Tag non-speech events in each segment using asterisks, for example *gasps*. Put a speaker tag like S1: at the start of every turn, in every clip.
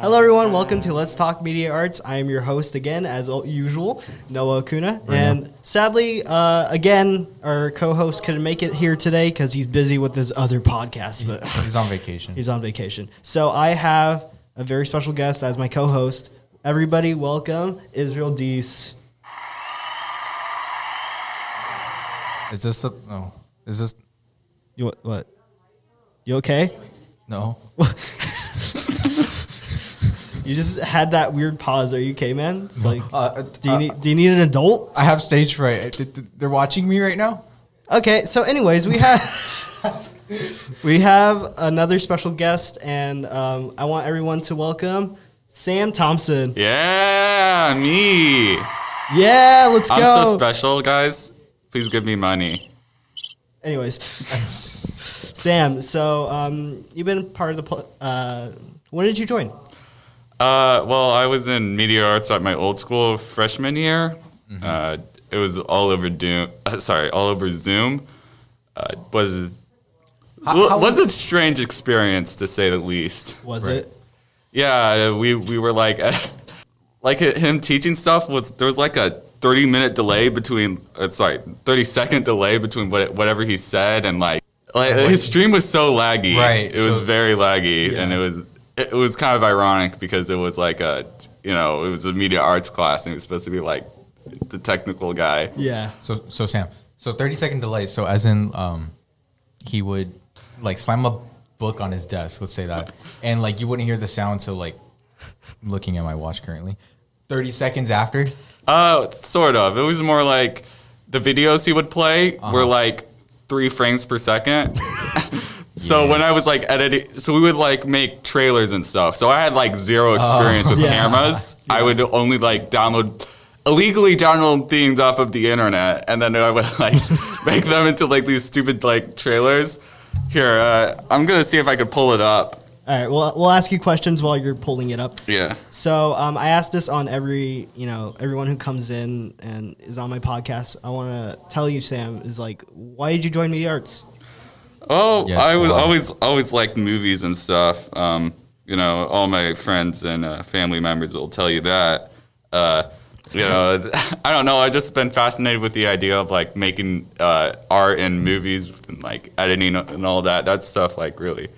S1: Hello, everyone. Welcome to Let's Talk Media Arts. I am your host again, as o- usual, Noah Okuna. And sadly, uh, again, our co host couldn't make it here today because he's busy with his other podcast, but *sighs*
S2: He's on vacation.
S1: he's on vacation. So I have a very special guest as my co host. Everybody, welcome Israel Dees.
S2: Is this the no? Is this
S1: You, what, what? You okay?
S2: no?
S1: You just had that weird pause. Are you okay, man? It's like,
S2: Uh,
S1: do, you need, do you need an adult?
S2: I have stage fright. I- th- th- They're watching me
S1: *laughs*
S2: right now.
S1: Okay, so anyways, we have we have *laughs* another special guest, and um, I want everyone to welcome Sam Thompson.
S3: Yeah, me.
S1: Yeah, let's
S3: I'm
S1: go.
S3: so special, guys. Please give me money.
S1: anyways, Sam, so um, you've been part of the. Pl- uh, when did you join?
S3: Uh, well, I was in media arts at my old school freshman year.
S2: Mm-hmm.
S3: Uh, it was all over Doom. Uh, sorry, all over Zoom. Uh, was wa-
S2: how
S3: was a strange experience to say the least.
S1: Was
S2: Right.
S1: it?
S3: Yeah, uh, we we were like, *laughs* like him teaching stuff was there was like a thirty minute delay between uh, sorry thirty second delay between what, whatever he said and like like his stream was so laggy.
S2: Right,
S3: it was
S2: so-
S3: very laggy, and
S1: Yeah.
S3: it was it was kind of ironic because it was like a you know it was a media arts class and he was supposed to be like the technical guy.
S1: Yeah.
S2: So so Sam. So thirty second delay. So as in, um, he would like slam a book on his desk. Let's say that, and like you wouldn't hear the sound till like looking at my watch currently. Thirty seconds after.
S3: Uh, sort of. It was more like the videos he would play
S1: Uh-huh.
S3: were like three frames per second. *laughs* so when I was like editing, so we would like make trailers and stuff. So I had like zero experience with
S1: Oh, Yeah.
S3: cameras. I would only like download illegally download things off of the internet, and then I would *laughs* like make them into like these stupid like trailers. Here, uh, I'm gonna see if I could pull it up.
S1: All right. Well, we'll ask you questions while you're pulling it up.
S3: Yeah.
S1: So um, I asked this on every, you know, everyone who comes in and is on my podcast. I want to tell you, Sam, is like, why did you join media arts?
S3: Oh,
S2: Yes,
S3: I was
S2: why?
S3: always always liked movies and stuff. Um, you know, all my friends and uh, family members will tell you that. Uh, you know, *laughs* I don't know. I just been fascinated with the idea of like making uh, art in movies and like editing and all that. That stuff like really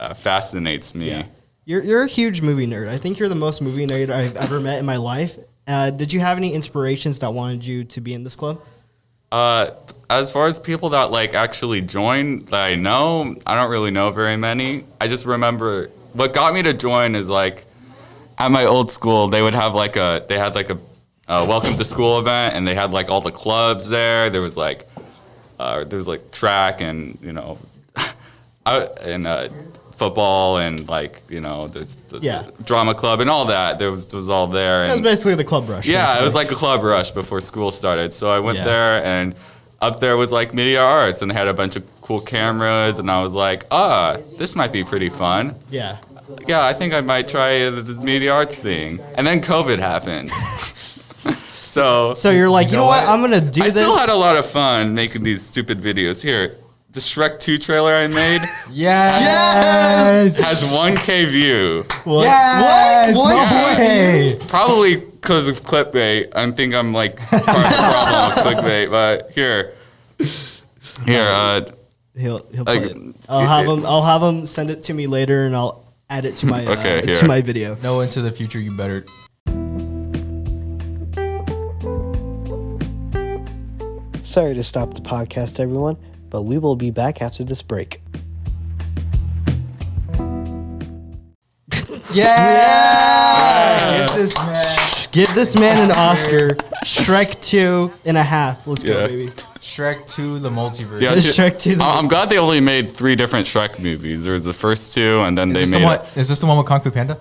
S3: uh, fascinates me.
S1: You're, you're a huge movie nerd. I think you're the most movie nerd I've ever met in my life. Uh, did you have any inspirations that wanted you to be in this club?
S3: Uh, as far as people that like actually join that I know, I don't really know very many. I just remember what got me to join is like at my old school they would have like a they had like a, uh welcome to school event and they had like all the clubs there. There was like uh, there was like track and you know *laughs* I- and uh, football and like you know the, the,
S1: Yeah.
S3: the drama club and all that. There was was all there.
S1: That was
S3: and-
S1: basically the club rush.
S3: yeah, it was
S1: basically.
S3: like a club rush before school started. So I went
S1: Yeah.
S3: there, and up there was like media arts, and they had a bunch of cool cameras, and I was like, ah, this might be pretty fun.
S1: yeah.
S3: Yeah, I think I might try the media arts thing. And then COVID happened. *laughs* so
S1: So you're like, you, know,
S2: know
S1: what?
S2: what?
S1: I'm gonna do
S3: I
S1: this.
S3: still had a lot of fun making these stupid videos. Here, the Shrek 2 trailer I made
S2: Yes. Yes.
S3: has 1K view.
S1: What? What?
S2: What?
S1: What?
S2: No way.
S3: Probably because of clickbait. I think I'm like part of the problem with clickbait. But here, here, uh,
S1: He'll he'll play it.
S3: Like,
S1: I'll have him. I'll have him send it to me later, and I'll add it to my uh,
S3: Okay,
S1: to
S3: here.
S1: my video.
S2: No, into the future, you better.
S4: Sorry to stop the podcast, everyone, but we will be back after this break.
S2: Yeah. Get this man.
S1: Give this man an Oscar. Shrek two and a half. Let's go,
S3: Yeah.
S1: baby.
S2: Shrek 2, the multiverse.
S3: yeah,
S1: Let's
S3: ju-
S1: Shrek two.
S3: I- I'm glad they only made three different Shrek movies. There was the first two, and then
S2: Is,
S3: they
S2: this
S3: made.
S2: the one,
S3: it.
S2: is this the one with Kung Fu Panda?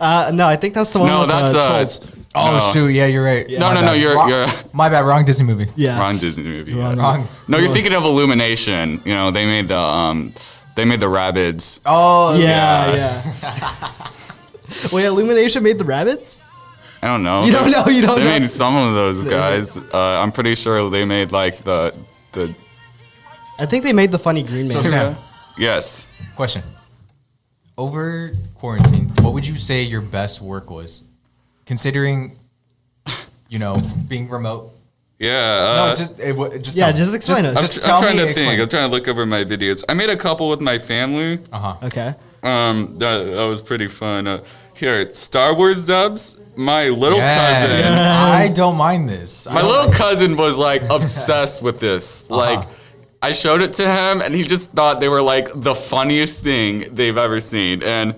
S1: Uh, no, I think that's the one.
S3: No,
S1: with,
S3: that's
S1: uh,
S3: uh,
S1: trolls.
S2: Oh,
S3: no.
S2: shoot. Yeah, you're right.
S3: No,
S2: My
S3: no, no,
S2: bad.
S3: you're-
S2: Wrong-
S3: you're-
S2: My bad. Wrong Disney movie.
S1: yeah.
S3: Ron Disney movie. yeah.
S2: Wrong.
S3: No, you're thinking of Illumination. You know, they made the um, They made the Rabbids.
S2: Oh
S1: Yeah, yeah. *laughs* Wait, Illumination made the rabbits?
S3: I don't know.
S1: You don't know, you don't
S3: they
S1: know.
S3: made some of those guys. Uh, I'm pretty sure they made like the the
S1: I think they made the funny Green Man.
S2: So Sam,
S3: yes.
S2: question. Over quarantine, what would you say your best work was? Considering, you know, being remote.
S3: Yeah.
S2: no,
S3: uh,
S2: just eh, what- just
S1: yeah,
S2: tell me.
S1: just explain us.
S3: I'm,
S2: just
S3: tr-
S2: tell
S3: I'm trying
S2: me,
S3: to
S2: explain.
S3: think. I'm trying to look over my videos. I made a couple with my family.
S2: Uh-huh.
S1: *laughs* okay.
S3: Um, that, that was pretty fun. Uh, here, Star Wars dubs. My little
S2: Yes.
S3: cousin.
S2: I don't mind this. I
S3: My
S2: don't
S3: little
S2: mind-
S3: cousin was like obsessed
S2: *laughs*
S3: with this.
S2: Uh-huh.
S3: Like, I showed it to him, and he just thought they were like the funniest thing they've ever seen. And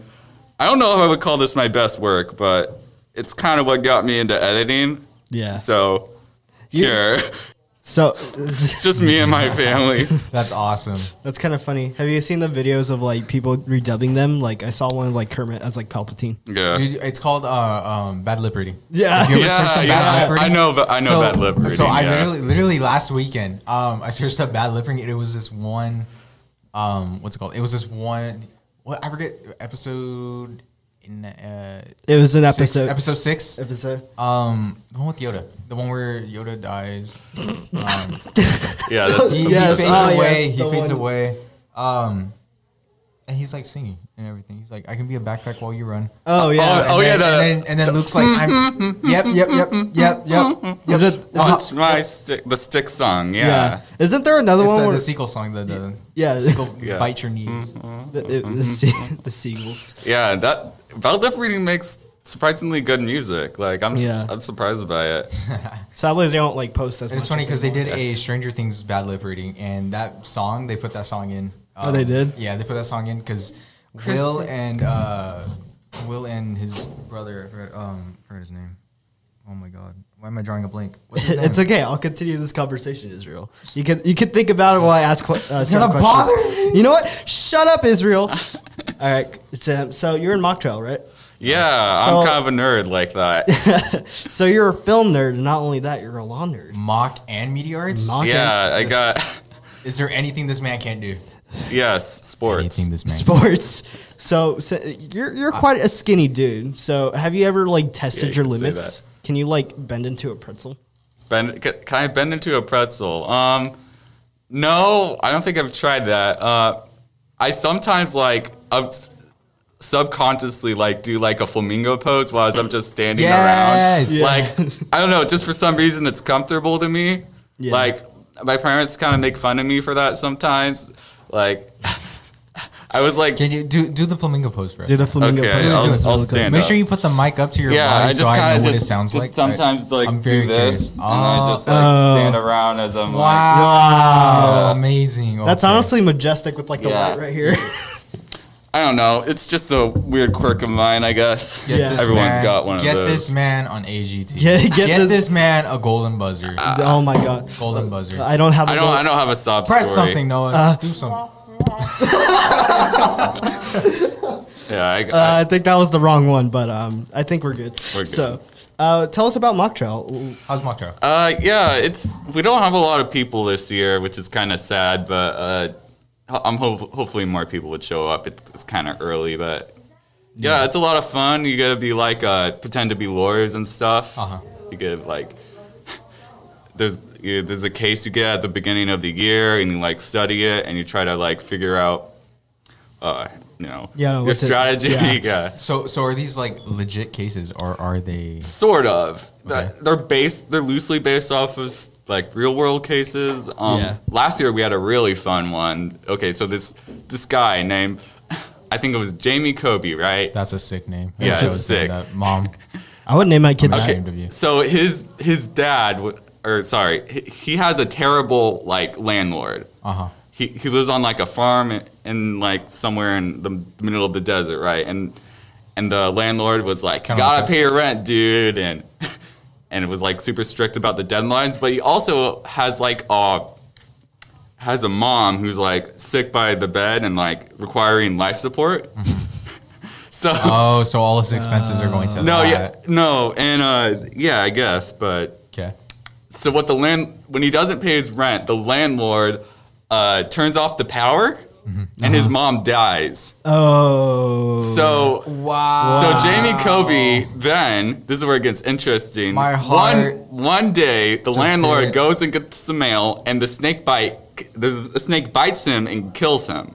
S3: I don't know if I would call this my best work, but it's kind of what got me into editing.
S1: Yeah.
S3: So
S1: You-
S3: here, *laughs*
S1: So *laughs*
S3: it's just me and my
S2: *laughs*
S3: family.
S2: That's awesome.
S1: that's kind of funny. Have you seen the videos of like people redubbing them? Like I saw one of like Kermit as like Palpatine.
S3: Yeah,
S2: Dude, it's called uh, um, Bad Lip Reading.
S1: Yeah.
S2: If you ever
S3: Yeah,
S2: searched up Bad
S3: yeah.
S2: Lip Reading-
S3: I know that- I know Bad Lip
S2: So
S3: Reading,
S2: I
S3: yeah.
S2: literally, literally last weekend, um, I searched up Bad Lip Reading. and It was this one, um, what's it called? It was this one. What I forget episode in uh,
S1: It was an
S2: six-
S1: episode.
S2: episode six.
S1: episode.
S2: Um, the one with Yoda, the one where Yoda dies.
S1: *laughs*
S2: Um, *laughs*
S3: yeah. That's,
S2: he, he
S1: Yes.
S2: fades
S1: Oh, yes,
S2: away.
S1: the
S2: he fades
S1: one-
S2: away. Um, and he's like singing and everything. He's like, I can be a backpack while you run.
S1: Oh yeah.
S3: Oh,
S2: and
S3: yeah,
S2: then,
S3: the-
S2: and then, and then Luke's
S1: *laughs*
S2: like, I'm, yep, yep, yep, yep, yep.
S1: Is it? Is
S3: Punch
S1: it-
S3: my stick, the stick song. oh, Yeah.
S1: yeah. Isn't there another
S2: It's
S1: one
S2: uh,
S1: where
S2: the sequel song, the, the
S1: *laughs* Yeah.
S2: sequel
S3: Yeah.
S2: bite your knees.
S1: the, the,
S3: Mm-hmm.
S1: the, se- the *laughs* seagulls?
S3: Yeah, that Battle Lip Reading makes surprisingly good music. Like I'm,
S1: Yeah.
S3: I'm surprised by it.
S1: Sadly, they don't like post as
S2: And
S1: much.
S2: it's funny
S1: as
S2: because they did
S3: Yeah.
S2: a Stranger Things bad lip reading, and that song they put that song in. um,
S1: Oh, they did?
S2: Yeah, they put that song in because Will and uh, Will and his brother, I forgot, um, I forgot his name. Oh my god, why am I drawing a blank? What's his
S1: *laughs*
S2: name?
S1: It's okay. I'll continue this conversation, Israel. You can you can think about it while I ask que- uh, Sam
S2: gonna
S1: questions.
S2: bother
S1: You know what? Shut up, Israel. *laughs* All right, Sam. So you're in mock trial, right?
S3: Yeah,
S1: So-
S3: I'm kind of a nerd
S1: *laughs*
S3: like that.
S1: So you're a film nerd, and not only that, you're a law nerd.
S2: Mock and media arts.
S1: Mock
S3: Yeah, I
S2: This-
S3: got *laughs*
S2: Is there anything this man can't do?
S3: yes, sports.
S2: this
S1: sports. So, so you're you're quite a skinny dude. So have you ever like tested
S3: you
S1: your
S3: can say
S1: limits? Can you like bend into a pretzel?
S3: Bend, ca- can I bend into a pretzel? Um, no, I don't think I've tried that. Uh, I sometimes like i subconsciously like do like a flamingo pose while I'm just standing
S2: Yes.
S3: around.
S2: Yeah.
S3: Like *laughs* I don't know, just for some reason it's comfortable to me.
S1: Yeah.
S3: Like my parents kind of make fun of me for that sometimes. Like *laughs* I was like,
S2: Can you do do the flamingo pose for us?
S1: Did a flamingo
S3: Okay,
S1: pretzel?
S3: I'll-
S1: That's
S3: I'll
S1: really good.
S3: stand.
S2: Make
S3: up.
S2: sure you put the mic up to your
S3: Yeah,
S2: body
S3: I
S2: so
S3: just
S2: I
S3: kind
S2: know
S3: of
S2: what it
S3: just,
S2: sounds
S3: just
S2: like.
S3: sometimes like
S2: I'm very
S3: do this
S2: curious.
S3: and I
S2: Oh.
S3: just like
S1: Oh.
S3: stand around as I'm like
S2: Wow, amazing.
S1: That's
S2: Okay.
S1: honestly majestic with like the
S3: Yeah.
S1: light right
S3: *laughs*
S1: here. *laughs*
S3: I don't know. It's just a weird quirk of mine, I guess.
S1: Yeah.
S2: Everyone's
S3: Everyone's got one of
S2: Get
S3: those.
S2: this man on AGT.
S1: Yeah,
S2: get
S1: get
S2: this,
S1: this-
S2: man a golden buzzer.
S3: Ah.
S1: oh my god.
S2: golden buzzer.
S1: I don't have. a
S3: I don't.
S1: goal.
S3: I don't have a sob
S2: Press
S3: story.
S2: something, Noah. Do something.
S3: Yeah, I,
S1: Uh, I think that was the wrong one, but um, I think we're good.
S3: We're good.
S1: So, uh, tell us about mock trial.
S2: How's mock trial?
S3: I, uh, yeah. It's we don't have a lot of people this year, which is kind of sad. But uh, ho- I'm ho- hopefully more people would show up. It's, it's kind of early, but yeah, it's a lot of fun. You gotta be like uh, pretend to be lawyers and stuff.
S2: Uh-huh.
S3: You get like there's you, there's a case you get at the beginning of the year, and you like study it, and you try to like figure out, uh, you know,
S1: Yeah,
S3: your
S1: what's it-
S3: strategy. *laughs*
S1: yeah.
S3: yeah.
S2: So, so are these like legit cases, or are they?
S3: Sort of. Uh,
S2: Okay.
S3: They're based. They're loosely based off of like real world cases. Um,
S1: Yeah.
S3: Last year we had a really fun one. Okay, so this this guy named, I think it was Jamie Kobe, right?
S2: That's a sick name.
S3: Yeah,
S2: That's
S3: it's
S2: was saying
S3: sick.
S2: That. Mom,
S3: *laughs*
S1: I would name my kid.
S2: Okay.
S1: that.
S2: Ashamed of you.
S3: So his his dad, w- or sorry, he- he has a terrible like landlord.
S2: uh huh.
S3: He he lives on like a farm in, in like somewhere in the middle of the desert, right? And and the landlord was like, "You
S2: Kinda like
S3: gotta
S2: us.
S3: pay your rent, dude," and *laughs* and it was like super strict about the deadlines. But he also has like a has a mom who's like sick by the bed and like requiring life
S2: *laughs*
S3: support. *laughs* so
S2: Oh, so all his expenses are going to
S3: no,
S2: Oh, that.
S3: yeah, no, and uh, yeah, I guess, but
S2: Okay.
S3: so what the land when he doesn't pay his rent, the landlord uh, turns off the power and his mom dies.
S1: Oh.
S3: So
S2: Wow.
S3: So Jamie Kobe then this is where it gets interesting.
S2: My heart.
S3: One one day the
S2: did
S3: landlord
S2: it.
S3: goes and gets the mail, and the snake bite. The snake bites him and kills
S2: *laughs*
S3: him.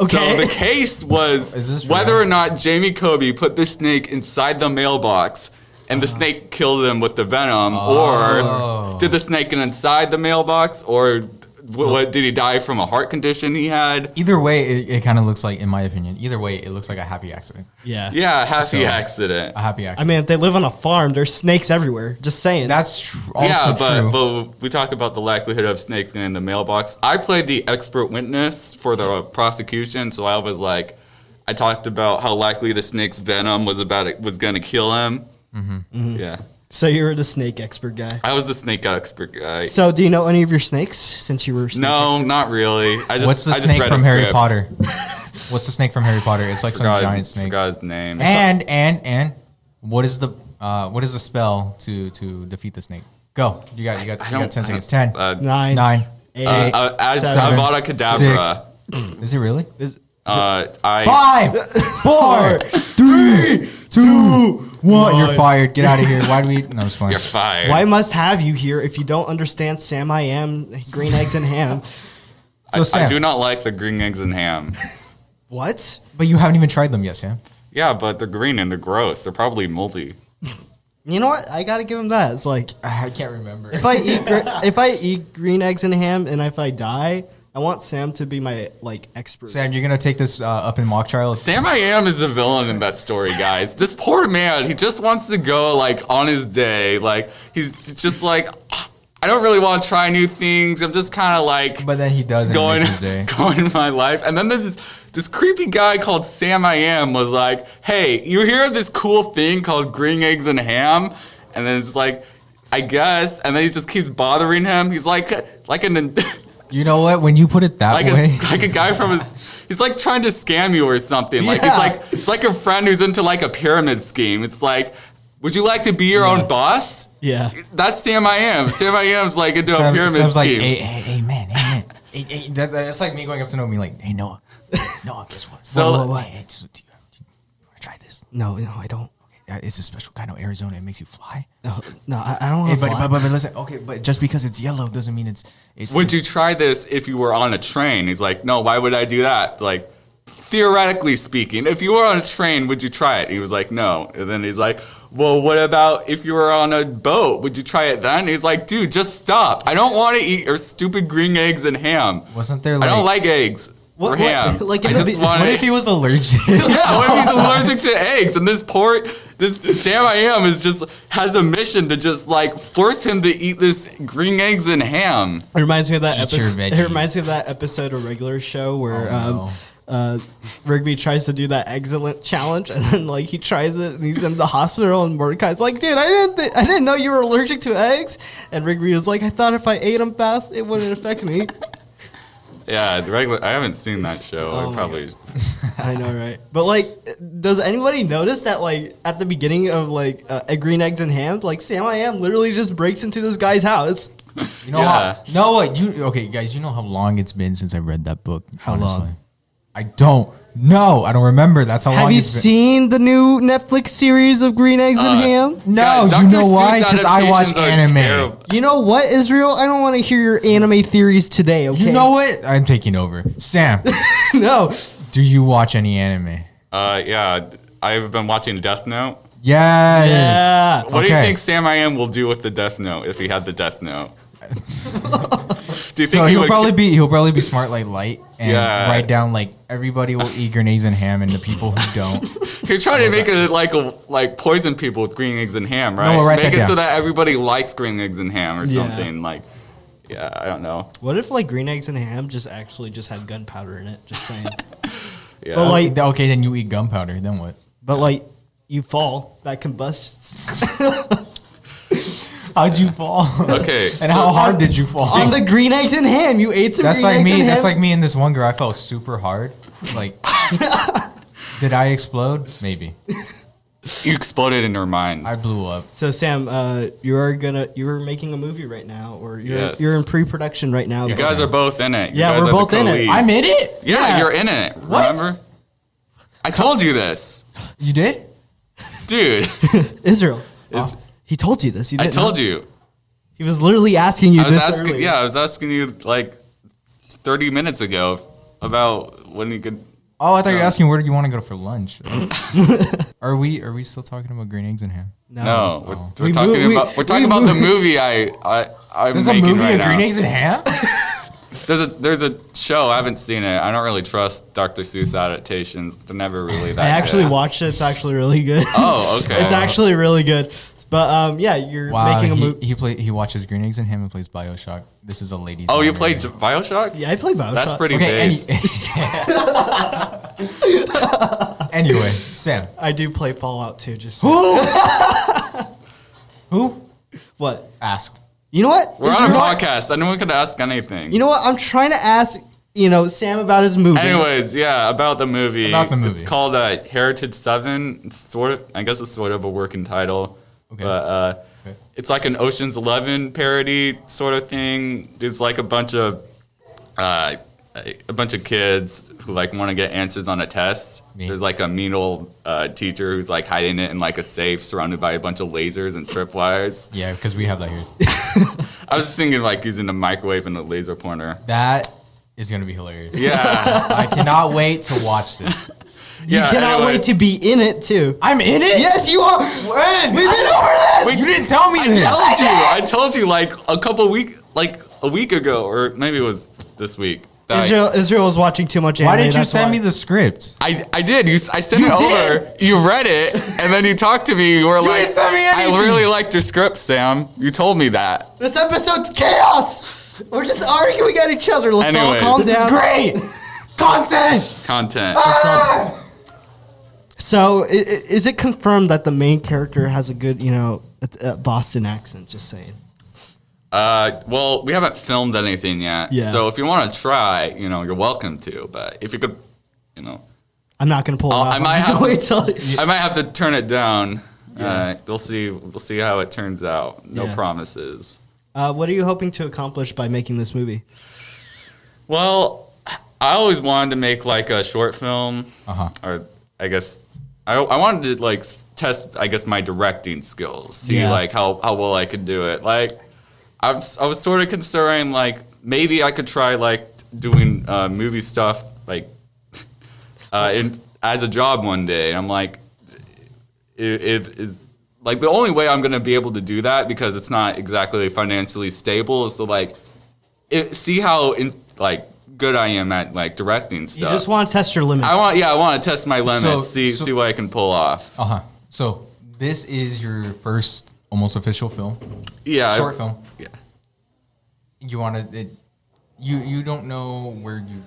S3: So the
S1: okay.
S3: case was
S2: Is this
S3: whether
S2: real?
S3: or not Jamie Kobe put the snake inside the mailbox and the snake killed him with the venom,
S2: Uh-huh. Oh.
S3: or did the snake get inside the mailbox, or what, what did he die from a heart condition he had?
S2: Either way, it, it kind of looks like, in my opinion, either way, it looks like a happy accident.
S1: yeah.
S3: Yeah, happy
S2: So-
S3: accident.
S2: A happy
S1: I
S2: accident.
S1: mean, if they live on a farm, there's snakes everywhere. Just saying.
S2: that's tr- also
S3: yeah, but,
S2: true.
S3: but we talk about the likelihood of snakes getting in the mailbox. I played the expert witness for the prosecution, so I was like, I talked about how likely the snake's venom was about was going to kill him.
S2: Mm-hmm.
S3: Yeah,
S1: so you're the snake expert guy.
S3: I was the snake expert guy.
S1: So do you know any of your snakes since you were? Snake
S3: no, not really. I just
S2: What's the
S3: I just
S2: snake
S3: read a
S2: from Harry
S3: script.
S2: Potter?
S3: *laughs*
S2: What's the snake from Harry Potter? It's like some
S3: Forgot his-
S2: giant snake.
S3: Forgot his name.
S2: And and and what is the uh, what is the spell to to defeat the snake? Go. You got you got
S3: I
S2: you
S3: don't-
S2: got ten
S3: I
S2: seconds.
S3: don't-
S2: Ten.
S3: uh,
S1: Nine.
S2: Nine.
S1: Eight.
S3: uh, uh, Ad-
S1: seven,
S3: Avada Kedavra.
S2: Six. Is it really?
S1: Is-
S3: Uh, I
S2: Five, *laughs* four, three, two, one. You're
S1: one.
S2: fired. Get out of here. Why do we? No, I'm just playing.
S3: you're fired.
S1: Why must have you here if you don't understand Sam I am green eggs and
S3: *laughs*
S1: ham?
S2: So
S3: I,
S2: Sam,
S3: I do not like the green eggs and ham.
S1: What?
S2: but you haven't even tried them yet, Sam.
S3: yeah, but they're green and they're gross. They're probably moldy.
S1: You know what? I gotta give him that. It's like
S2: I can't remember.
S1: if I eat gre- if I eat green eggs and ham, and if I die, I want Sam to be my like expert.
S2: Sam, you're gonna take this uh, up in mock trial.
S3: Sam I Am is the villain in that story, guys. this poor man, he just wants to go like on his day. Like he's just like, I don't really want to try new things. I'm just kind of like
S2: but then he does. and it
S3: going,
S2: makes
S3: *laughs*
S2: his day.
S3: going my life. And then this this creepy guy called Sam I Am was like, "Hey, you hear of this cool thing called green eggs and ham?" And then it's like, "I guess." And then he just keeps bothering him. He's like, like *laughs* an
S2: You know what? When you put it that
S3: like *laughs*
S2: way,
S3: a, like a guy from his, he's like trying to scam you or something. Like
S1: Yeah.
S3: he's like it's like a friend who's into like a pyramid scheme. It's like, would you like to be your own boss?
S1: yeah.
S3: That's Sam I am. Sam I am's like into a
S2: Sam,
S3: pyramid
S2: Sam's like,
S3: scheme.
S2: hey, hey, hey, man, hey, man. *laughs* Hey, hey, that's, that's like me going up to Noah and being like, hey,
S3: *laughs*
S2: Noah, Noah, guess what?
S3: So-
S2: Whoa, whoa, whoa, hey, so do you, do you want to try this?
S1: No, no, I don't.
S2: Uh, It's a special kind of Arizona. It makes you fly.
S1: No, no, I, I don't want
S2: Hey,
S1: to.
S2: but, but, but, but listen, okay, but just because it's yellow doesn't mean it's it's.
S3: Would you try this if you were on a train? He's like, no, why would I do that? Like, theoretically speaking, if you were on a train, would you try it? He was like, no. And then he's like, well, what about if you were on a boat? Would you try it then? He's like, dude, just stop. I don't want to eat your stupid green eggs and ham.
S2: Wasn't there
S3: I
S2: like?
S3: don't like eggs
S1: What-
S3: or
S1: what-
S3: ham.
S1: *laughs* like,
S3: I
S1: in the
S3: just
S1: be-
S3: want
S2: What
S3: to *laughs*
S2: if he was allergic?
S3: yeah, what if
S1: *laughs*
S3: he's allergic to eggs? And this poor, this Sam I am is just has a mission to just like force him to eat this green eggs and ham.
S1: It *laughs* reminds me of that
S2: Eat your
S1: episode. It
S2: veggies.
S1: reminds me of that episode of regular show where
S2: Oh,
S1: um,
S2: no.
S1: uh, Rigby tries to do that excellent challenge, and then like he tries it, and he's in the hospital, and Mordecai's like, "Dude, I didn't, th- I didn't know you were allergic to eggs." And Rigby was like, "I thought if I ate them fast, it wouldn't affect
S2: *laughs*
S1: me."
S3: Yeah, the regular. I haven't seen that show.
S1: Oh my
S3: I probably.
S1: I know, right? But like, does anybody notice that like at the beginning of like uh, a green eggs and ham, like Sam I am literally just breaks into this guy's house?
S2: You know
S3: Yeah.
S2: how? No, what you okay, guys? You know how long it's been since I read that book.
S1: How long?
S2: I don't know. I don't remember. That's how long.
S1: Have you
S2: it's been.
S1: seen the new Netflix series of Green Eggs and
S3: Uh,
S1: Ham?
S2: No,
S3: God,
S2: you
S3: Dr.
S2: know why?
S3: Seuss
S2: Because I watch
S3: adaptations are
S2: anime.
S3: terrible.
S1: You know what, Israel? I don't want to hear your anime theories today, okay?
S2: You
S1: *laughs*
S2: know what? I'm taking over. Sam,
S1: no.
S2: do you watch any anime?
S3: Uh, yeah, I've been watching Death Note.
S2: Yes.
S3: What do you
S2: Okay.
S3: think Sam I am will do with the Death Note if he had the
S2: *laughs*
S3: Death Note? do you think
S2: So
S3: he
S2: he'll
S3: would
S2: probably be he'll probably be smart like light and
S3: Yeah.
S2: write down like everybody will eat grenades and ham and the people who
S1: *laughs*
S2: don't.
S3: You're trying to make it like a like poison people with green eggs and ham, right?
S2: we'll write
S3: make
S2: that
S3: it so
S2: down.
S3: that everybody likes green eggs and ham
S1: Yeah.
S3: or something. Like, yeah, I don't know.
S1: What if like Green Eggs and Ham just actually just had gunpowder in it? Just *laughs* saying.
S3: Yeah.
S1: But, like-
S2: okay, then you eat gunpowder. Then what?
S1: but like, you fall, that combusts
S2: *laughs* How'd you fall?
S1: *laughs*
S3: okay.
S2: and how hard did you fall?
S1: on the Green Eggs and Ham. You ate some.
S2: that's
S1: green
S2: like
S1: eggs
S2: me.
S1: And
S2: That's
S1: ham.
S2: like me and this one girl.
S1: *laughs*
S2: I fell super hard. Like, did I explode? Maybe.
S3: You exploded in her mind.
S2: I blew up.
S1: So Sam, uh, you are gonna you're making a movie right now, or you're
S3: Yes.
S1: you're in pre-production right now.
S3: you guys are both in it. You
S1: Yeah,
S3: guys
S1: we're
S3: are the
S1: both in it.
S3: co-leads.
S2: I'm in it.
S3: Yeah,
S1: Yeah.
S3: you're in it.
S2: What?
S3: Remember? I told you this,
S2: You did?
S1: *laughs*
S3: dude.
S1: Israel.
S3: Is-
S1: He told you this. You
S3: I
S1: didn't
S3: told
S1: know?
S3: you.
S1: He was literally asking you
S3: I was
S1: this
S3: asking.
S1: earlier.
S3: Yeah, I was asking you like 30 minutes ago about when you could.
S2: Oh, I thought you were
S3: Um,
S2: asking where do you want to go
S1: *laughs*
S2: for lunch. are we are we still talking about green eggs and ham?
S1: No.
S3: No, we're, we're
S1: We
S3: talking
S1: moved- we-
S3: about we're talking
S1: we
S3: about the
S1: moved-
S3: movie I I I'm
S2: There's a
S3: making
S2: movie
S3: right
S2: of green
S3: now.
S2: eggs and ham.
S3: There's a there's a show I haven't seen it. I don't really trust Dr. Seuss adaptations. They're never really that.
S1: I actually
S3: good.
S1: watched it. It's actually really good.
S3: Oh, okay.
S1: *laughs* it's actually really good. But um, yeah, you're
S2: wow,
S1: making a
S2: he,
S1: movie.
S2: he play he watches green eggs and ham and plays Bioshock. This is a lady.
S3: Oh, you played J- Bioshock?
S1: Yeah, I played Bioshock.
S3: That's pretty
S2: Okay.
S3: okay,
S2: Any,
S1: *laughs*
S2: *laughs* anyway, Sam.
S1: I do play Fallout too. Just
S2: Who? Who
S1: what?
S2: asked?
S1: You know what?
S3: We're on a
S1: Israel-
S3: podcast. Anyone could ask anything.
S1: You know what? I'm trying to ask. You know, Sam about his
S2: *laughs*
S1: movie.
S3: Anyways, yeah, about the movie.
S2: About the movie.
S3: It's called uh, Heritage Seven. It's sort of, I guess, it's sort of a working title.
S2: Okay.
S3: But uh,
S2: Okay.
S3: it's like an Ocean's Eleven parody sort of thing. There's like a bunch of uh, a bunch of kids who like want to get answers on a test.
S2: Me.
S3: There's like a mean old uh, teacher who's like hiding it in like a safe, surrounded by a bunch of lasers and tripwires.
S2: Yeah, because we have that here.
S3: I was thinking like using a microwave and a laser pointer.
S2: That is gonna be hilarious. *laughs*
S3: Yeah,
S2: I cannot wait to watch this.
S1: you
S3: yeah.
S1: cannot
S3: anyway.
S1: wait to be in it too.
S2: I'm in it.
S1: Yes, you are.
S2: When?
S1: We've been over this.
S2: you didn't tell me this.
S3: told you. I told you like a couple week, like a week ago, or maybe it was this week. that I-
S1: Israel, Israel was watching too much anime.
S2: Why didn't you
S1: that's
S2: send
S1: why.
S2: me the script?
S3: I, I did. You, s- I sent
S2: You
S3: it
S2: did?
S3: over. You read it, and then you talked to me. You were like,
S2: didn't send me
S3: I
S2: anything."
S3: really liked your script, Sam. You told me that.
S1: This episode's chaos. We're just arguing at each other. Let's
S3: Anyways.
S1: all calm
S2: This
S1: down.
S2: is great. Content. Ah.
S3: Content.
S1: So, i- i- is it confirmed that the main character has a good, you know, a- a Boston accent? Just saying.
S3: Uh, well, we haven't filmed anything yet.
S1: Yeah.
S3: So if you want to try, you know, you're welcome to. But if you could, you know,
S1: I'm not gonna pull it
S3: Oh,
S1: off.
S3: I
S1: I'm
S3: might
S1: just
S3: have
S1: gonna wait
S3: *laughs*
S1: till.
S3: I might have to turn it down. Uh, we'll see. We'll see how it turns out. No
S1: Yeah.
S3: promises.
S1: Uh, what are you hoping to accomplish by making this movie?
S3: Well, I always wanted to make like a short film,
S2: Uh huh.
S3: or I guess I, I wanted to like s- test, I guess, my directing skills, see
S1: Yeah.
S3: like how, how well I could do it. Like, I was, I was sort of considering like maybe I could try like doing uh, movie stuff like uh, in, as a job one day. And I'm like, it, it is like the only way I'm gonna be able to do that because it's not exactly financially stable is to like it, see how in, like good I am at like directing
S1: You
S3: stuff.
S1: just want to test your limits.
S3: I want yeah I want to test my limits
S2: So-
S3: see
S2: so-
S3: see what I can pull off.
S2: Uh huh. So this is your first almost official film,
S3: Yeah,
S2: short
S3: I,
S2: film.
S3: Uh, yeah.
S2: You want to? You you don't know where you.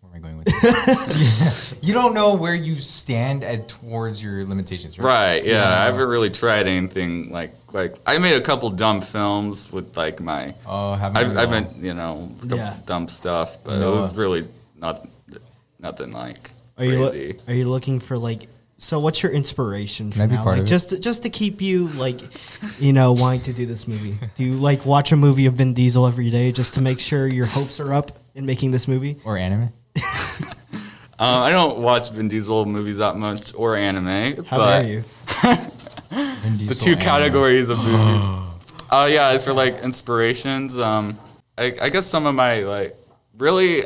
S2: Where am I going with
S3: *laughs*
S2: this? you don't know where you stand at towards your limitations, right?
S3: Right, yeah, I haven't really tried anything like like I made a couple dumb films with like my
S2: Oh, haven't
S3: I've,
S2: you
S3: I've
S2: all?
S3: been you know a couple
S1: Yeah.
S3: dumb stuff, but it
S2: Noah.
S3: was really not nothing like
S1: Are you lo-
S3: crazy.
S1: are you looking for like? So, what's your inspiration?
S2: Can I
S1: for
S2: be
S1: now?
S2: part
S1: like
S2: of it?
S1: just to, just to keep you like, you know, wanting to do this movie. Do you like watch a movie of Vin Diesel every day just to make sure your hopes are up in making this movie?
S2: Or anime?
S3: Um, I don't watch Vin Diesel movies that much or anime,
S1: How
S3: but
S1: dare you?
S3: the two
S2: *gasps*
S3: categories of movies. Oh yeah, as for like inspirations, um, I, I guess some of my like really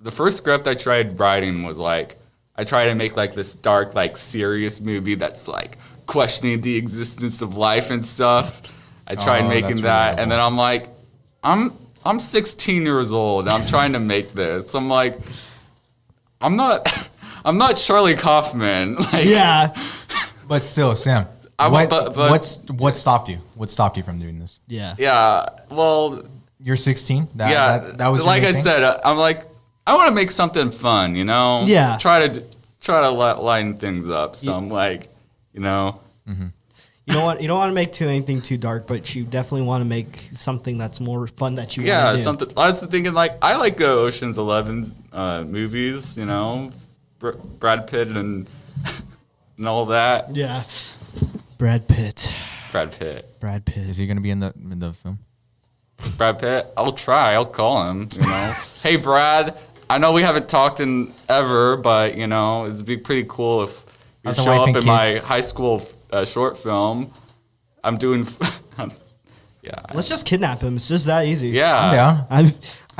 S3: the first script I tried writing was like I tried to make like this dark like serious movie that's like questioning the existence of life and stuff. I tried
S2: Oh, that's
S3: making that, and
S2: relatable.
S3: then I'm like, I'm I'm 16 years old. I'm trying to make this. I'm like, I'm not. *laughs* I'm not Charlie Kaufman. *laughs* Like,
S1: Yeah,
S2: But still, Sam,
S3: I
S2: what,
S3: want- but- but-
S2: what's what stopped you? What stopped you from doing this?
S1: yeah.
S3: Yeah. Well,
S2: You're 16. That,
S3: yeah,
S2: that, that was your
S3: like
S2: main
S3: I
S2: thing?
S3: said. uh, I'm like, I want to make something fun, you know.
S1: Yeah.
S3: Try to d- try to li- line things up. So I'm like, you know,
S1: You don't want you don't want to make too anything too dark, but you definitely want to make something that's more fun that you
S3: yeah,
S1: want to do.
S3: something. I was thinking like, I like the Ocean's Eleven uh, movies, you know, Br- Brad Pitt and *laughs* and all that.
S1: Yeah. Brad Pitt.
S3: Brad Pitt.
S1: Brad Pitt.
S2: Is he gonna be in the in the film?
S3: Brad Pitt. I'll try. I'll call him. You
S2: *laughs*
S3: know. hey, Brad. I know we haven't talked in ever, but you know it'd be pretty cool if you
S2: How's the
S3: show
S2: wife
S3: up in
S2: and
S3: my
S2: kids?
S3: high school uh, short film. I'm doing. *laughs* I'm, yeah. I-
S1: Let's just kidnap him. It's just that easy.
S3: yeah.
S2: I'm down.
S1: I'm,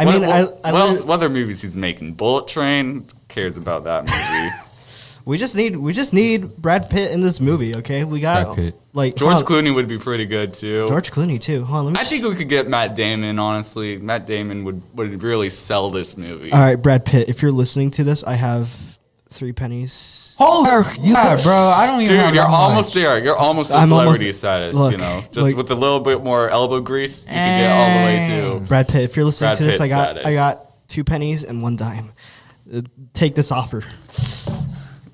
S1: I
S3: What-
S1: mean,
S3: what,
S1: I, I
S3: what
S1: literally-
S3: else? What other movies he's making? Bullet Train. Who Cares about that movie?
S2: *laughs*
S3: *laughs*
S1: we just need we just need Brad Pitt in this movie. Okay, we got
S2: Brad Pitt.
S1: like
S3: George
S1: huh,
S3: Clooney would be pretty good too.
S1: George Clooney too. Huh, let me
S3: I think we could get Matt Damon. Honestly, Matt Damon would would really sell this movie.
S1: All right, Brad Pitt. If you're listening to this, I have three pennies.
S2: Oh
S3: *laughs*
S2: yeah, bro. I don't even.
S3: Dude, you're almost there. You're almost to
S1: I'm almost-
S3: celebrity status.
S1: look,
S3: you know, just
S1: like-
S3: with a little bit more elbow grease, you can get all the way to.
S1: Brad Pitt, if you're listening
S3: Brad
S1: to this,
S3: Pitt
S1: I got I
S3: status.
S1: got two pennies and one dime. Uh, Take this offer.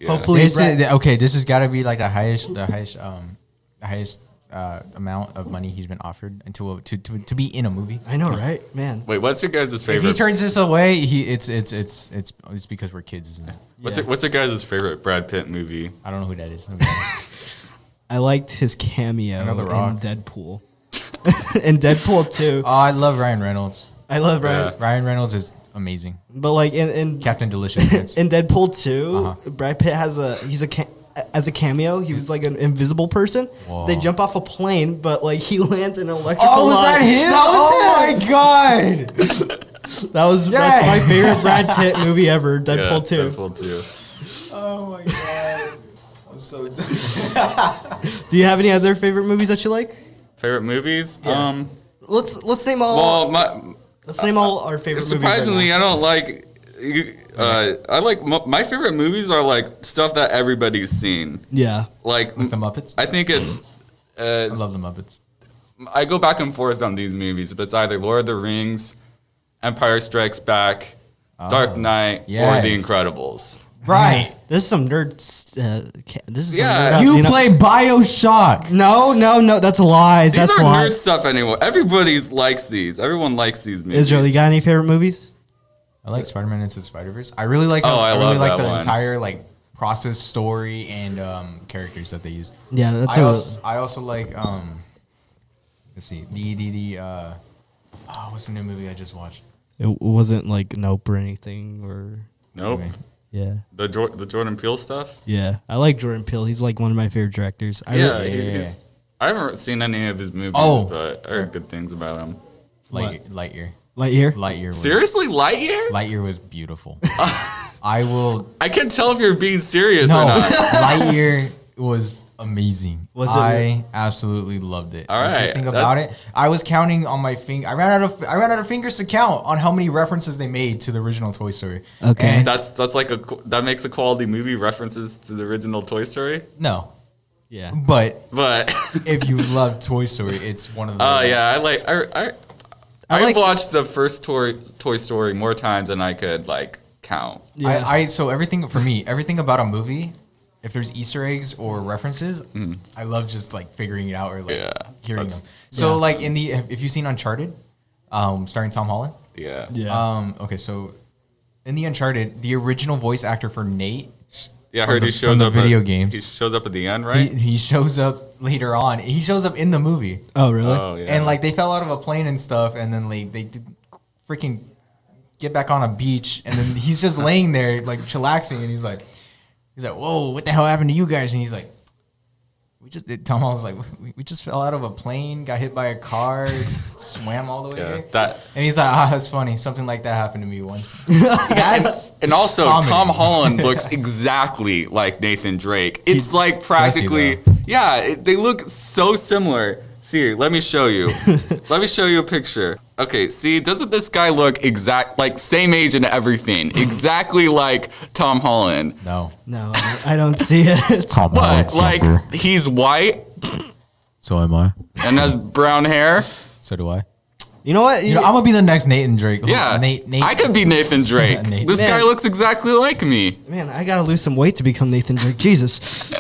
S3: yeah.
S1: Hopefully,
S2: This
S1: Brad-
S2: is, okay, this has got to be like the highest, the highest, um, the highest uh, amount of money he's been offered until to, to to be in a movie.
S1: I know, right, man.
S3: Wait, what's your guys'
S2: If he
S3: favorite?
S2: turns this away, he it's it's it's it's it's because we're kids, isn't it?
S3: what's
S1: Yeah.
S3: your, what's your guys' favorite Brad Pitt movie?
S2: I don't know who that is.
S1: I liked his cameo
S2: I know The
S1: in
S2: Rock.
S1: Deadpool. *laughs* in Deadpool too.
S2: *laughs* oh, I love Ryan Reynolds.
S1: I love Brad,
S3: Yeah.
S2: Ryan Reynolds is amazing.
S1: but like in in,
S2: Captain Delicious.
S1: *laughs*
S2: Pants.
S1: in Deadpool 2
S2: Uh-huh.
S1: Brad Pitt has a he's a ca- as a cameo. He was like an invisible person.
S2: Whoa.
S1: They jump off a plane, but like he *laughs* lands in an electrical.
S2: Oh, was that
S1: line.
S2: him?
S1: That was him.
S2: Oh my god!
S1: That was that's my favorite
S2: *laughs*
S1: Brad Pitt movie ever. Deadpool
S3: yeah,
S1: two.
S3: Deadpool two.
S2: oh my god! I'm so.
S1: Do you have any other favorite movies that you like?
S3: Favorite movies?
S1: Yeah.
S3: Um.
S1: Let's let's name all
S3: Well, my,
S1: let's name all our favorite
S3: surprisingly,
S1: movies.
S2: uh,
S3: I don't like. you- Uh, I like mo- my favorite movies are like stuff that everybody's seen.
S1: Right now.
S3: Like
S2: With the Muppets.
S3: I think it's. Uh,
S2: I love the Muppets.
S3: I go back and forth on these movies, but it's either Lord of the Rings, Empire Strikes Back, Dark Knight, or The
S2: yes.
S3: Incredibles.
S1: Right. This is some nerd. s- Uh, ca- this is some
S3: Yeah.
S1: nerd-
S2: You
S1: know-
S2: play Bioshock.
S1: No, no, no. That's lies.
S3: These
S1: that's
S3: are
S1: lies.
S3: nerd stuff anyway. Everybody likes these. Everyone likes these movies.
S1: Israel, you got any favorite movies?
S2: I like Spider Man Into the Spider Verse. I really like.
S3: Oh,
S2: how-
S3: I
S2: really
S3: love
S2: like
S3: that
S2: the
S3: one.
S2: entire like process, story, and um, characters that they use.
S1: Yeah, that's
S2: I
S1: a-
S2: also, I also like. Um, let's see. The the the. Uh, oh, what's the new movie I just watched?
S1: It wasn't like Nope or anything, or
S3: Nope.
S2: Okay.
S1: yeah,
S3: The, Jor- the Jordan Peele stuff?
S1: yeah. I like Jordan Peele. He's like one of my favorite directors. I
S3: Yeah.
S1: re-
S3: he-
S2: yeah.
S3: He's, I haven't seen any of his movies,
S2: Oh.
S3: but I heard good things about him.
S2: Light, Lightyear.
S1: Lightyear.
S2: Lightyear. Was,
S3: Seriously? Lightyear?
S2: Lightyear was
S3: *laughs*
S2: beautiful. I will.
S3: I can't tell if you're being serious
S2: No, *laughs*
S3: or not.
S2: Lightyear was amazing.
S1: Was it
S2: I
S1: really?
S2: absolutely loved it.
S3: All right,
S2: Everything
S3: that's-
S2: about it. I was counting on my finger. I ran out of I ran out of fingers to count on how many references they made to the original Toy Story.
S1: Okay.
S2: And-
S3: That's that's like a qu- that makes a quality movie references to the original Toy Story,
S2: no,
S1: Yeah.
S2: but
S3: but *laughs*
S2: if you love Toy Story, it's one of the.
S3: Oh yeah, I like I I,
S1: I
S3: I
S1: like-
S3: watched the first Toy Toy Story more times than I could like count.
S1: Yeah.
S2: I, I so everything for me, everything about a movie, if there's Easter eggs or references, I love just like figuring it out or like
S3: Mm. Yeah,
S2: hearing
S3: that's-
S2: them. So
S1: Yeah.
S2: like in the if you've seen Uncharted, um, starring Tom Holland.
S3: Yeah.
S1: yeah.
S2: Um, okay, so in the Uncharted, the original voice actor for Nate,
S3: Yeah, I
S2: From
S3: heard
S2: the-
S3: he shows
S2: from the
S3: up
S2: video
S3: at,
S2: games.
S3: He shows up at the end,
S2: he,
S3: right?
S2: he shows up later on. He shows up in the movie,
S1: oh really?
S3: oh yeah.
S2: and like they fell out of a plane and stuff, and then like they did freaking get back on a beach, and then he's
S3: *laughs*
S2: just laying there like chillaxing, and he's like, he's like, whoa, what the hell happened to you guys? And he's like. We just did. Tom Holland's like, we, we just fell out of a plane, got hit by a
S3: *laughs*
S2: car, swam all the way
S3: yeah,
S2: here.
S3: that
S2: And he's like, ah, that's funny. Something like that happened to me *laughs* once. that's *laughs*
S3: and also
S2: comedy. *laughs*
S3: Tom Holland looks exactly like Nathan Drake. It's like practically yeah, it, they look so similar. Here, let me
S2: *laughs*
S3: show you. let me show you a picture. Okay, see, doesn't this guy look exact like same age and everything?
S2: *laughs*
S3: Exactly like Tom Holland.
S2: no.
S1: No, I I don't see it. *laughs*
S3: But like he's white
S2: so am I.
S3: and has brown hair. *laughs*
S2: So do I.
S1: You know what?
S2: You know, I'm gonna be the next Nathan Drake. Who-
S3: Yeah,
S2: Nate, Nate.
S3: I could be
S2: *laughs*
S3: Nathan *laughs* Drake.
S2: Yeah, Nate.
S3: This
S1: Man.
S3: guy looks exactly like me.
S1: Man, I gotta lose some weight to become Nathan Drake. Jesus.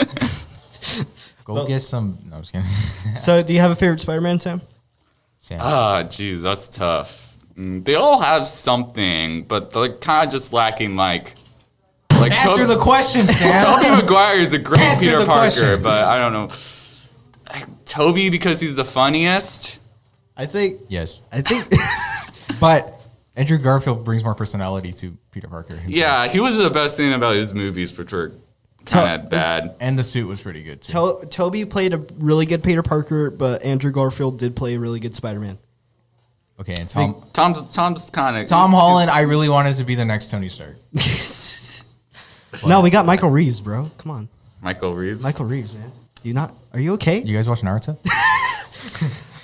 S2: Go get some. No, I'm just kidding.
S1: So, do you have a favorite Spider-Man, Sam?
S2: *laughs* Sam.
S3: Ah, jeez, that's tough. Mm, They all have something, but they're kind of just lacking like Like
S2: Answer
S3: Tob-
S2: the question,
S3: *laughs* Toby
S2: Sam.
S3: Maguire is a great
S2: Answer
S3: Peter
S2: the
S3: Parker,
S2: question.
S3: but I don't know. Toby because he's the funniest.
S1: I think.
S2: yes,
S1: I think. *laughs*
S2: but Andrew Garfield brings more personality to Peter Parker. himself.
S3: Yeah, he was the best thing about his movies, which were kind of bad.
S2: and the suit was pretty good. Too.
S1: To- Toby played a really good Peter Parker, but Andrew Garfield did play a really good Spider
S3: *laughs*
S1: Man.
S2: okay, and Tom
S3: Tom's Tom's kind of
S2: Tom Holland, I really wanted to be the next Tony Stark.
S1: no, we got Michael Reeves, bro. Come on,
S3: Michael Reeves.
S1: Michael Reeves, man. You not? Are you okay?
S2: You guys watch *laughs* Naruto?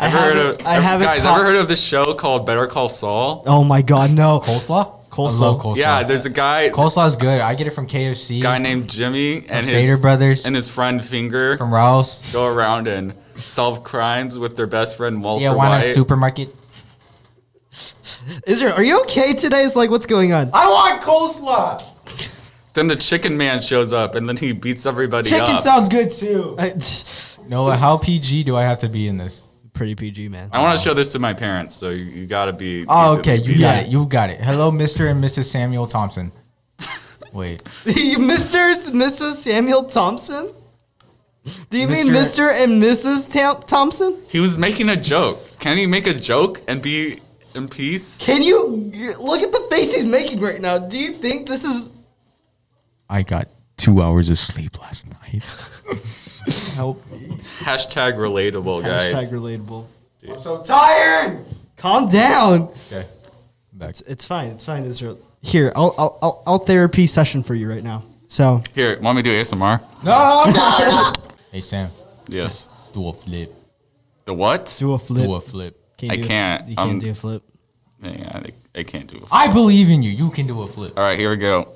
S1: I
S3: Ever heard of,
S1: haven't- I haven't.
S3: guys,
S1: caught-
S3: ever heard of this show called Better Call Saul?
S1: Oh my God, no.
S2: Coleslaw.
S1: Coleslaw.
S2: I love coleslaw.
S3: Yeah, there's a guy
S2: coleslaw is good. I get it from KFC,
S3: guy named Jimmy
S2: from
S3: and
S2: Stater
S3: his
S2: Brothers,
S3: and his friend Finger
S2: from Rouse.
S3: go around and solve crimes with their best friend Walter
S2: Yeah, why
S3: White.
S2: not supermarket?
S1: Is there? Are you okay today? It's like, what's going on?
S2: I want coleslaw.
S3: then the Chicken Man shows up and then he beats everybody
S2: Chicken
S3: up.
S2: sounds good too.
S1: I, *laughs*
S2: Noah, how PG do I have to be in this?
S1: pretty PG, man.
S3: I want
S1: *laughs*
S3: to show this to my parents, so you, you gotta be.
S2: Oh, okay, you
S1: Yeah.
S2: got it. You got it. Hello, Mr. and Mrs. Samuel
S3: *laughs*
S2: Thompson. Wait,
S1: Mr. Mrs. Samuel Thompson. Do you mean
S2: Mr.
S1: Mr. and Mrs. Tam- Thompson?
S3: He was making a joke. Can he make a joke and be in peace?
S1: Can you look at the face he's making right now? Do you think this is?
S2: I got two hours of sleep last night. Help me.
S3: Hashtag relatable, guys.
S1: relatable.
S2: I'm so tired.
S1: Calm down.
S2: Okay, back.
S1: It's, it's fine. It's fine. Israel. Here, I'll, I'll I'll I'll therapy session for you right now. So
S3: Here, want me to do ASMR?
S2: No, I'm not. *laughs* hey Sam,
S3: Yes.
S2: do a flip.
S3: The what?
S1: do a flip.
S2: Do a flip.
S1: Can't
S3: I
S1: do a-
S3: can't.
S1: you
S3: I'm-
S2: um,
S1: can't do a flip.
S3: Yeah, I, I can't do. it.
S2: I believe in you. You can do a flip.
S3: All right, here we go.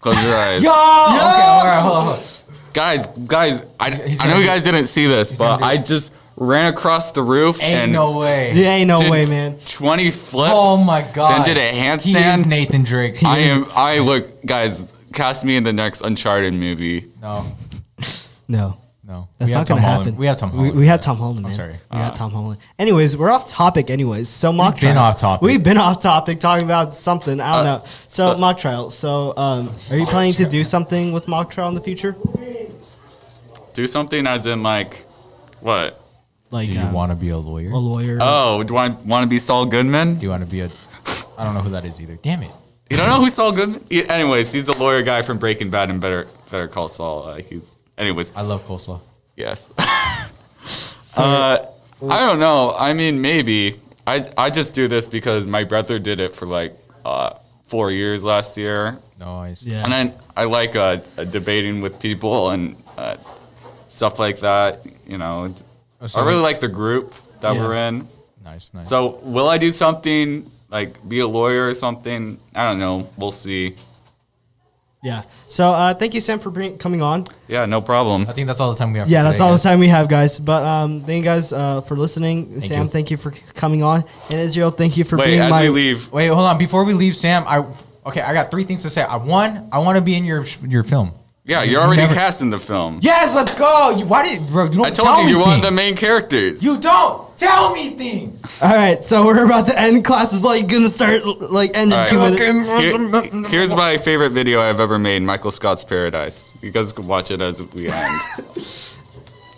S3: Close your eyes,
S2: Yo. Okay. All right. Hold on. Hold on.
S3: guys. Guys, I,
S2: He's
S3: I know
S2: gonna
S3: you
S2: do-
S3: guys didn't see this,
S2: gonna
S3: but
S2: do it.
S3: I just ran across the roof
S2: Ain't
S3: and
S2: no way.
S1: There ain't no
S3: did
S1: way, man.
S3: Twenty flips.
S2: Oh my god.
S3: Then did a
S2: He is
S3: handstand.
S2: Nathan Drake.
S3: I am. I look, guys. Cast me in the next Uncharted movie.
S2: No.
S1: No.
S2: No.
S1: That's
S2: We have
S1: not going
S2: Tom
S1: to
S2: Holland.
S1: happen.
S2: We have Tom
S1: We,
S2: Holland.
S1: we had Tom Holland. Man.
S2: I'm sorry. Uh,
S1: We had Tom Holland. Anyways, we're off topic. Anyways, so mock
S2: been
S1: trial.
S2: off topic.
S1: We've been off topic talking about something. I don't
S3: Uh,
S1: know. So,
S3: so-
S1: mock trial. So um, are
S2: Oh,
S1: you planning to do something with mock trial in the future?
S3: Do something as in like, what?
S1: Like
S2: Do you
S1: um,
S2: want to be a lawyer?
S1: a lawyer?
S3: Oh, do I want to be Saul Goodman?
S2: Do you want to be a? I don't know who that is either. Damn it.
S3: You don't know who Saul Goodman? Yeah, anyways, he's the lawyer guy from Breaking Bad and Better Better Call Saul. Uh, he's, anyways,
S2: I love coleslaw.
S3: yes. *laughs* uh, I don't know. I mean, maybe I I just do this because my brother did it for like uh, four years last year,
S2: No, I see.
S1: yeah.
S3: and then I like uh, debating with people and uh, stuff like that. You know,
S2: Oh, so
S3: I really
S2: you-
S3: like the group that
S1: Yeah.
S3: we're in.
S2: Nice, nice.
S3: So will I do something like be a lawyer or something? I don't know. We'll see.
S1: yeah. So uh, thank you, Sam, for bring, coming on.
S3: Yeah, no problem.
S2: I think that's all the time we have.
S1: Yeah,
S2: for
S1: that's
S2: today,
S1: all the
S2: guys.
S1: time we have, guys. But um, thank you guys uh, for listening. Sam,
S2: you.
S1: thank you for coming on, and Israel, thank you for
S3: Wait,
S1: being
S3: as
S1: my.
S3: we leave,
S2: Wait, hold on. Before we leave, Sam, I okay. I got three things to say. I one, I want to be in your your film.
S3: yeah, you're already
S2: Never-
S3: cast in the film.
S2: Yes, let's go. You, why did bro? You don't
S3: I told
S2: tell
S3: you
S2: me
S3: you're one of the
S2: things.
S3: main characters.
S2: You don't tell me things.
S1: All right, so we're about to end. Class is like gonna start like end in
S3: All right.
S1: two minutes.
S3: Here- here's my favorite video I've ever made, Michael Scott's Paradise. You guys can watch it as we end.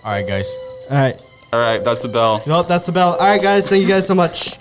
S2: All right, guys.
S1: All right.
S3: All right, that's a bell.
S1: Well, that's the bell. All right, guys. Thank you guys so much.